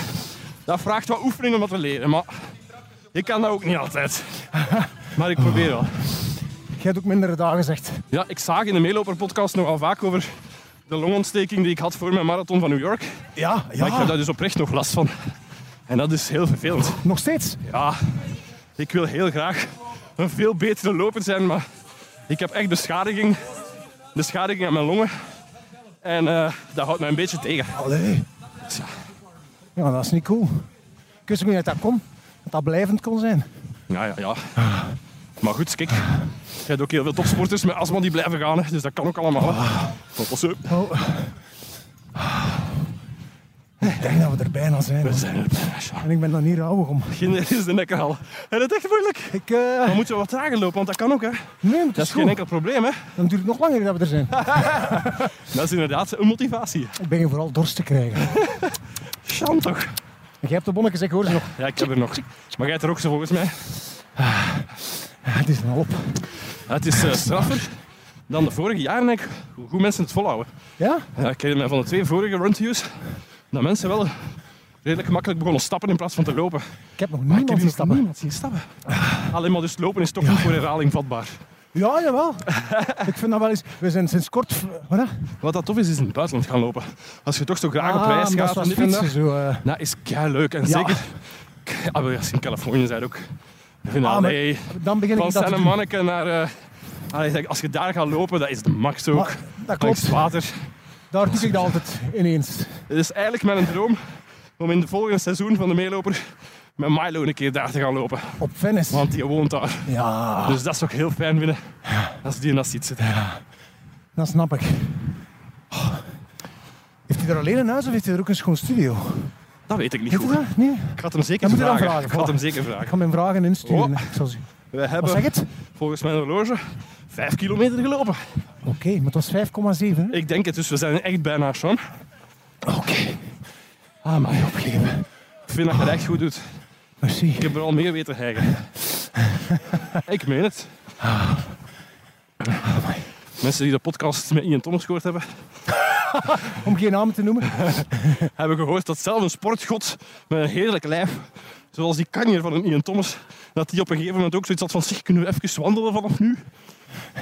S1: Dat vraagt wat oefening om dat te leren, maar ik kan dat ook niet altijd. Maar ik probeer wel.
S2: Jij hebt ook mindere dagen, zegt.
S1: Ja, ik zag in de meeloperpodcast nogal vaak over de longontsteking die ik had voor mijn marathon van New York.
S2: Ja,
S1: Maar ik heb
S2: ja.
S1: daar dus oprecht nog last van. En dat is heel vervelend.
S2: Nog steeds.
S1: Ja, ik wil heel graag een veel betere loper zijn, maar ik heb echt beschadiging, beschadiging aan mijn longen. En eh, dat houdt mij een beetje tegen.
S2: Allee.
S1: Tja.
S2: Ja, dat is niet cool. Ik wist ook niet dat dat kon. Dat dat blijvend kon zijn.
S1: Ja, ja, ja. Maar goed, kijk. Je hebt ook heel veel topsporters met astma die blijven gaan, hè, dus dat kan ook allemaal. hè. Pas op.
S2: Oh. Ik denk dat we er bijna zijn.
S1: We zijn er bijna, Sjaar.
S2: En ik ben dan hier ouwig om.
S1: Ginder is de nekker al. En het is echt moeilijk.
S2: Ik, eh
S1: Dan moeten we wat trager lopen, want dat kan ook, hè.
S2: nee, maar het
S1: Dat
S2: is
S1: is geen
S2: goed.
S1: enkel probleem, hè.
S2: Dan duurt het nog langer dat we er zijn.
S1: Dat is inderdaad een motivatie.
S2: Ik ben hier vooral dorst te krijgen.
S1: Sjaan toch.
S2: Jij hebt de bonnetjes, ik hoor ze nog.
S1: Ja, ik heb er nog. Maar jij hebt er ook zo volgens mij.
S2: Ja, die zijn al op.
S1: Het is eh, straffer dan de vorige jaren, denk ik, hoe goed mensen het volhouden.
S2: Ja?
S1: Ja, ik herinner me van de twee vorige run-to-use dat mensen wel redelijk gemakkelijk begonnen stappen in plaats van te lopen.
S2: Ik heb nog
S1: Maar ik heb hier
S2: niemand zien
S1: nog
S2: stappen.
S1: niemand zien stappen. Alleen maar dus het lopen is toch niet voor herhaling vatbaar.
S2: Ja, jawel. ik vind dat wel eens... We zijn sinds kort... v- Wat? hè?
S1: Wat dat tof is, is in het buitenland gaan lopen. Als je toch zo graag op
S2: Ah,
S1: reis
S2: maar
S1: gaat
S2: dat
S1: en
S2: is
S1: dit
S2: wel
S1: en
S2: fietsen
S1: dat,
S2: zo. eh.
S1: dat is kei leuk. En
S2: Ja.
S1: zeker, ah, wel, als je in Californië bent ook. Ik vind
S2: Ah,
S1: dat,
S2: maar
S1: allee,
S2: Dan begin
S1: van
S2: ik dat te
S1: Santa
S2: doen.
S1: Monica naar... eh, allee, zeg, als je daar gaat lopen, dat is de max ook.
S2: Maar, Ah, dat
S1: Dat
S2: klopt.
S1: is water.
S2: Daar doe ik dat altijd ineens.
S1: Het is eigenlijk mijn droom om in het volgende seizoen van de meeloper met Milo een keer daar te gaan lopen.
S2: Op Venice.
S1: Want die woont daar.
S2: Ja,
S1: Dus dat is ook heel fijn winnen als die naast ziet zitten.
S2: dat snap ik. Oh. Heeft hij er alleen een huis of heeft hij er ook een schoon studio?
S1: Dat weet ik niet
S2: Weet je
S1: goed.
S2: dat? Nee?
S1: Ik had hem zeker
S2: Dan moet je dan
S1: vragen.
S2: vragen.
S1: Ik had
S2: voilà.
S1: hem zeker
S2: Ik
S1: vragen.
S2: ga mijn vragen insturen.
S1: Oh.
S2: Ik zal zien.
S1: We
S2: Wat zeg
S1: hebben
S2: het?
S1: volgens mijn horloge vijf kilometer gelopen.
S2: Oké, maar het was 5,7. hè?
S1: Ik denk het, dus we zijn echt bijna, Sean.
S2: Oké. Ah, maar opgeven.
S1: Ik vind dat je het echt goed doet.
S2: Merci.
S1: Ik heb er al meer weten hijgen. ik meen het.
S2: Ah.
S1: Mensen die de podcast met Ian Thomas gehoord hebben,
S2: Om geen namen te noemen.
S1: hebben gehoord dat zelf een sportgod met een heerlijk lijf, zoals die kanjer van een Ian Thomas, dat die op een gegeven moment ook zoiets had van zich kunnen we even wandelen vanaf nu.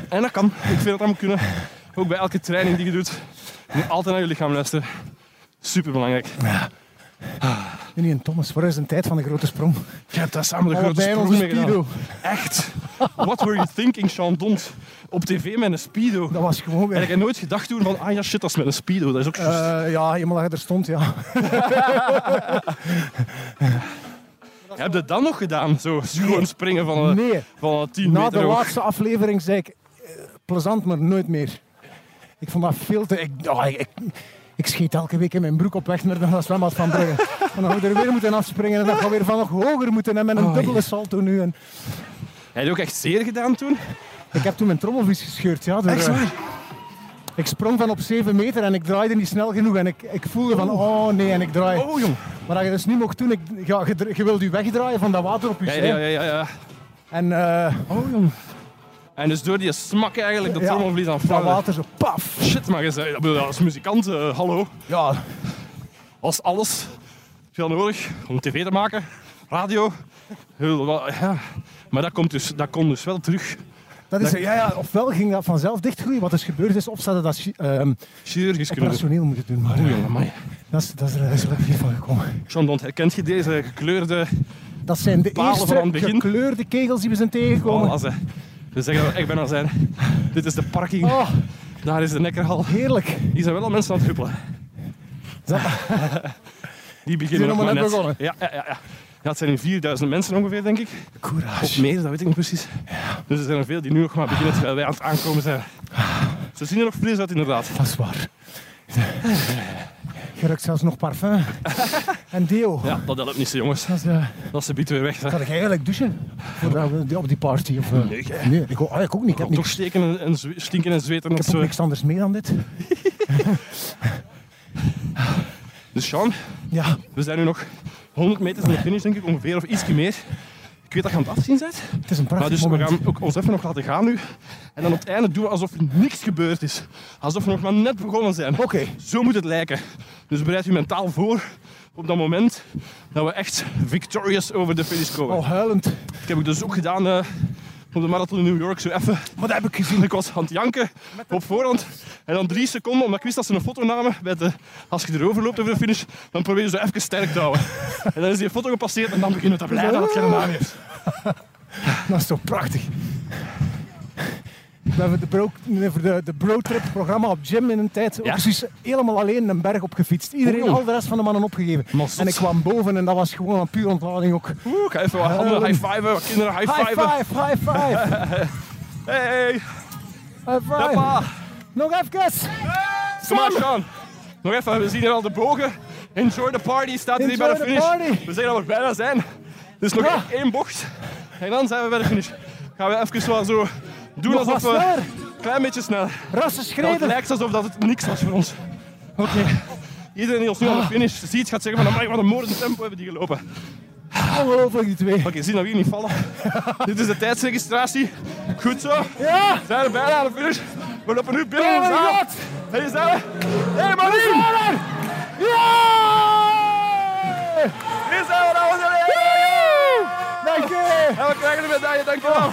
S1: En dat kan. Ik vind dat dat moet kunnen. Ook bij elke training die je doet. Je moet altijd naar je lichaam luisteren. Superbelangrijk.
S2: Meneer Thomas, waar is een tijd van de grote sprong?
S1: Je hebt daar samen de grote
S2: Allebei
S1: sprong
S2: onze
S1: mee gedaan.
S2: speedo.
S1: Echt. What were you thinking, Sean Dont? Op tv met een speedo.
S2: Dat was gewoon
S1: En
S2: weer...
S1: ik heb nooit gedacht toen van, ah ja shit, dat is met een speedo. Dat is ook juist.
S2: Eh, ja, helemaal dat je er stond, ja.
S1: Heb je dat nog gedaan? Zo gewoon springen van een,
S2: Nee,
S1: van een 10
S2: na
S1: meter
S2: de
S1: hoog.
S2: laatste aflevering zei ik... eh, plezant, maar nooit meer. Ik vond dat veel te... Ik, ah, ik, ik, ik schiet elke week in mijn broek op weg naar de zwembad van Brugge. En dan gaan we er weer moeten afspringen en dan gaan we weer van nog hoger moeten en met
S1: Oh,
S2: een dubbele salto nu. En
S1: Heb je ook echt zeer gedaan toen?
S2: ik heb toen mijn trommelvies gescheurd, ja. door, eh, Ik sprong van op 7 meter en ik draaide niet snel genoeg. En ik, ik voelde van, oh nee, en ik draai.
S1: Oh jong.
S2: Maar dat je dus niet mocht doen, ik, ja, je, dra- je wilde je wegdraaien van dat water op je
S1: Ja,
S2: zij.
S1: ja, ja, ja. ja.
S2: En eh,
S1: Oh jong. En dus door die smak eigenlijk de
S2: Ja,
S1: trommelvlies aan
S2: Dat
S1: Frank.
S2: water zo, paf.
S1: Shit, maar je zei, ik bedoel, als muzikant, eh, hallo.
S2: Ja,
S1: Als alles veel nodig om tv te maken, radio. Heel wat, Ja. Maar dat, komt dus, dat komt dus wel terug.
S2: dat is, ja, ja, ofwel ging dat vanzelf dichtgroeien. Wat is gebeurd is, opzetten dat chi- ehm
S1: Chirurgisch kunnen Ah, doen.
S2: operationeel moeten doen. Maar
S1: Oei, amai.
S2: dat is, dat is er heel veel van gekomen.
S1: Sean Dont, herkent je deze gekleurde
S2: Dat zijn de
S1: Palen van aan
S2: eerste
S1: het begin.
S2: gekleurde kegels die we zijn tegengekomen.
S1: ballen? Ze zeggen dat we echt bijna zijn. Dit is de parking,
S2: Oh,
S1: daar is de nekkerhal.
S2: heerlijk.
S1: Hier zijn wel al mensen aan het huppelen. Die beginnen
S2: Die
S1: nog maar net.
S2: zijn nog maar net begonnen.
S1: Ja, ja, ja, ja. ja, het zijn hier 4000 mensen ongeveer, denk ik. Of
S2: Courage.
S1: meer, dat weet ik niet precies. Dus er zijn er veel die nu nog maar beginnen terwijl wij aan het aankomen zijn.
S2: Ah.
S1: Ze zien er nog fris uit, inderdaad.
S2: Dat is waar. Je ruikt zelfs nog parfum. En deo.
S1: Ja, dat helpt niet zo, jongens.
S2: Dat is, eh,
S1: Dat ze biedt weer weg. Hè.
S2: kan ik eigenlijk douchen? Voordat we die- op die party? Of, eh,
S1: Nee.
S2: nee, ik, ah, ik ook niet. Ik heb,
S1: Toch
S2: niks, ik
S1: steken en, en zwe- stinken en zweten. eh, en
S2: heb
S1: zo.
S2: ook niks anders meer dan dit.
S1: Dus Sean,
S2: Ja,
S1: we zijn nu nog 100 meter van de finish, denk ik, ongeveer, of ietsje meer. Ik weet dat je aan het afzien bent.
S2: het is een prachtig
S1: Maar dus we
S2: moment.
S1: gaan ook ons even nog laten gaan nu. En dan op het einde doen we alsof er niks gebeurd is. Alsof we nog maar net begonnen zijn.
S2: Oké.
S1: Zo moet het lijken. Dus bereid u mentaal voor op dat moment dat we echt victorious over de finish komen.
S2: Al huilend.
S1: Ik heb ik dus ook gedaan eh, op de marathon in New York zo even.
S2: Maar dat heb ik gezien.
S1: Ik was aan het janken op voorhand. En dan drie seconden, omdat ik wist dat ze een foto namen. Bij de, als je erover loopt over de finish, dan probeer je zo even sterk te houden. En dan is die foto gepasseerd en dan beginnen we te blij dat het geen naam heeft.
S2: Dat is toch prachtig. We hebben de bro, nee, voor de, de Broadtrip programma op gym in een tijd ook
S1: Ja.
S2: precies helemaal alleen een berg op gefietst. Iedereen,
S1: Oeh.
S2: al de rest van de mannen opgegeven.
S1: Maar zot.
S2: En ik kwam boven en dat was gewoon een pure ontlading ook.
S1: Oeh, ik ga even wat handen high-fiven, wat kinderen
S2: High
S1: high-fiven.
S2: five, high five,
S1: Hey,
S2: high five.
S1: papa.
S2: Nog even.
S1: Kom maar, Sean. Nog even, we zien hier al de bogen. Enjoy the party staat hier bij
S2: Enjoy
S1: de
S2: the
S1: finish.
S2: party.
S1: We zeggen dat we bijna zijn. Dus nog
S2: Ja.
S1: één bocht. En dan zijn we bij de finish. Gaan we even wel zo doen
S2: Nog
S1: alsof
S2: wat
S1: we...
S2: sneller.
S1: Een klein beetje sneller.
S2: Rassen
S1: Dat het
S2: schreden.
S1: lijkt alsof dat het niks was voor ons. Oké. Iedereen die ons nu aan de
S2: Ah.
S1: finish ziet, gaat zeggen van... Amai, wat een moordend tempo hebben die gelopen.
S2: Ongelooflijk die twee.
S1: Oké, zie dat we hier niet vallen. Dit is de tijdsregistratie. Goed zo.
S2: Ja.
S1: We zijn er bijna aan de finish. We lopen nu binnen
S2: Oh
S1: ons
S2: my
S1: aan.
S2: God.
S1: Hé, hey, zijn we? Hé, hey, Marien!
S2: Ja!
S1: Hier zijn we, dames en heren!
S2: Dank je.
S1: En we krijgen de medaille, dankjewel.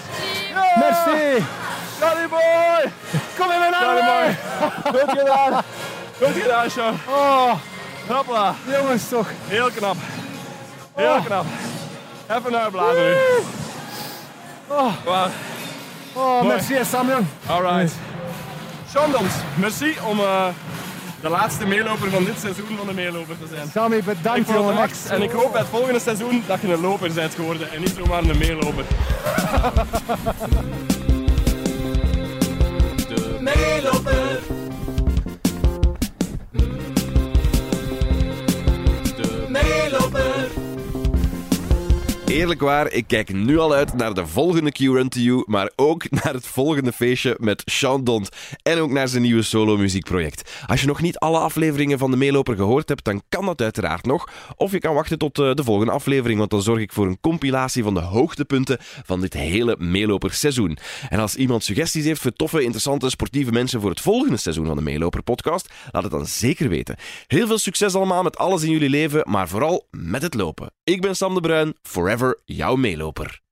S1: Ja,
S2: Merci.
S1: Charlie boy!
S2: Kom in mijn
S1: Charlie boy!
S2: armen. Goed gedaan.
S1: Goed gedaan, Sean.
S2: Oh,
S1: Hoppla.
S2: jongens toch.
S1: Heel knap. Heel
S2: Oh.
S1: knap. Even uitblazen nu.
S2: Oh.
S1: Wauw.
S2: Oh, merci hè, Samjong.
S1: Alright. Sean Dons, merci om eh, de laatste meeloper van dit seizoen van de meeloper te zijn.
S2: Sammy,
S1: Ik
S2: bedankt
S1: vond het
S2: jongen.
S1: max en ik hoop bij het volgende seizoen dat je een loper bent geworden en niet zomaar een meeloper.
S4: Eerlijk waar, ik kijk nu al uit naar de volgende Q-Run to You, maar ook naar het volgende feestje met Sean Dont en ook naar zijn nieuwe solo-muziekproject. Als je nog niet alle afleveringen van De Meeloper gehoord hebt, dan kan dat uiteraard nog. Of je kan wachten tot eh, de volgende aflevering, want dan zorg ik voor een compilatie van de hoogtepunten van dit hele Meeloper-seizoen. En als iemand suggesties heeft voor toffe, interessante, sportieve mensen voor het volgende seizoen van De Meeloper-podcast, laat het dan zeker weten. Heel veel succes allemaal met alles in jullie leven, maar vooral met het lopen. Ik ben Sam de Bruin, forever jouw meeloper.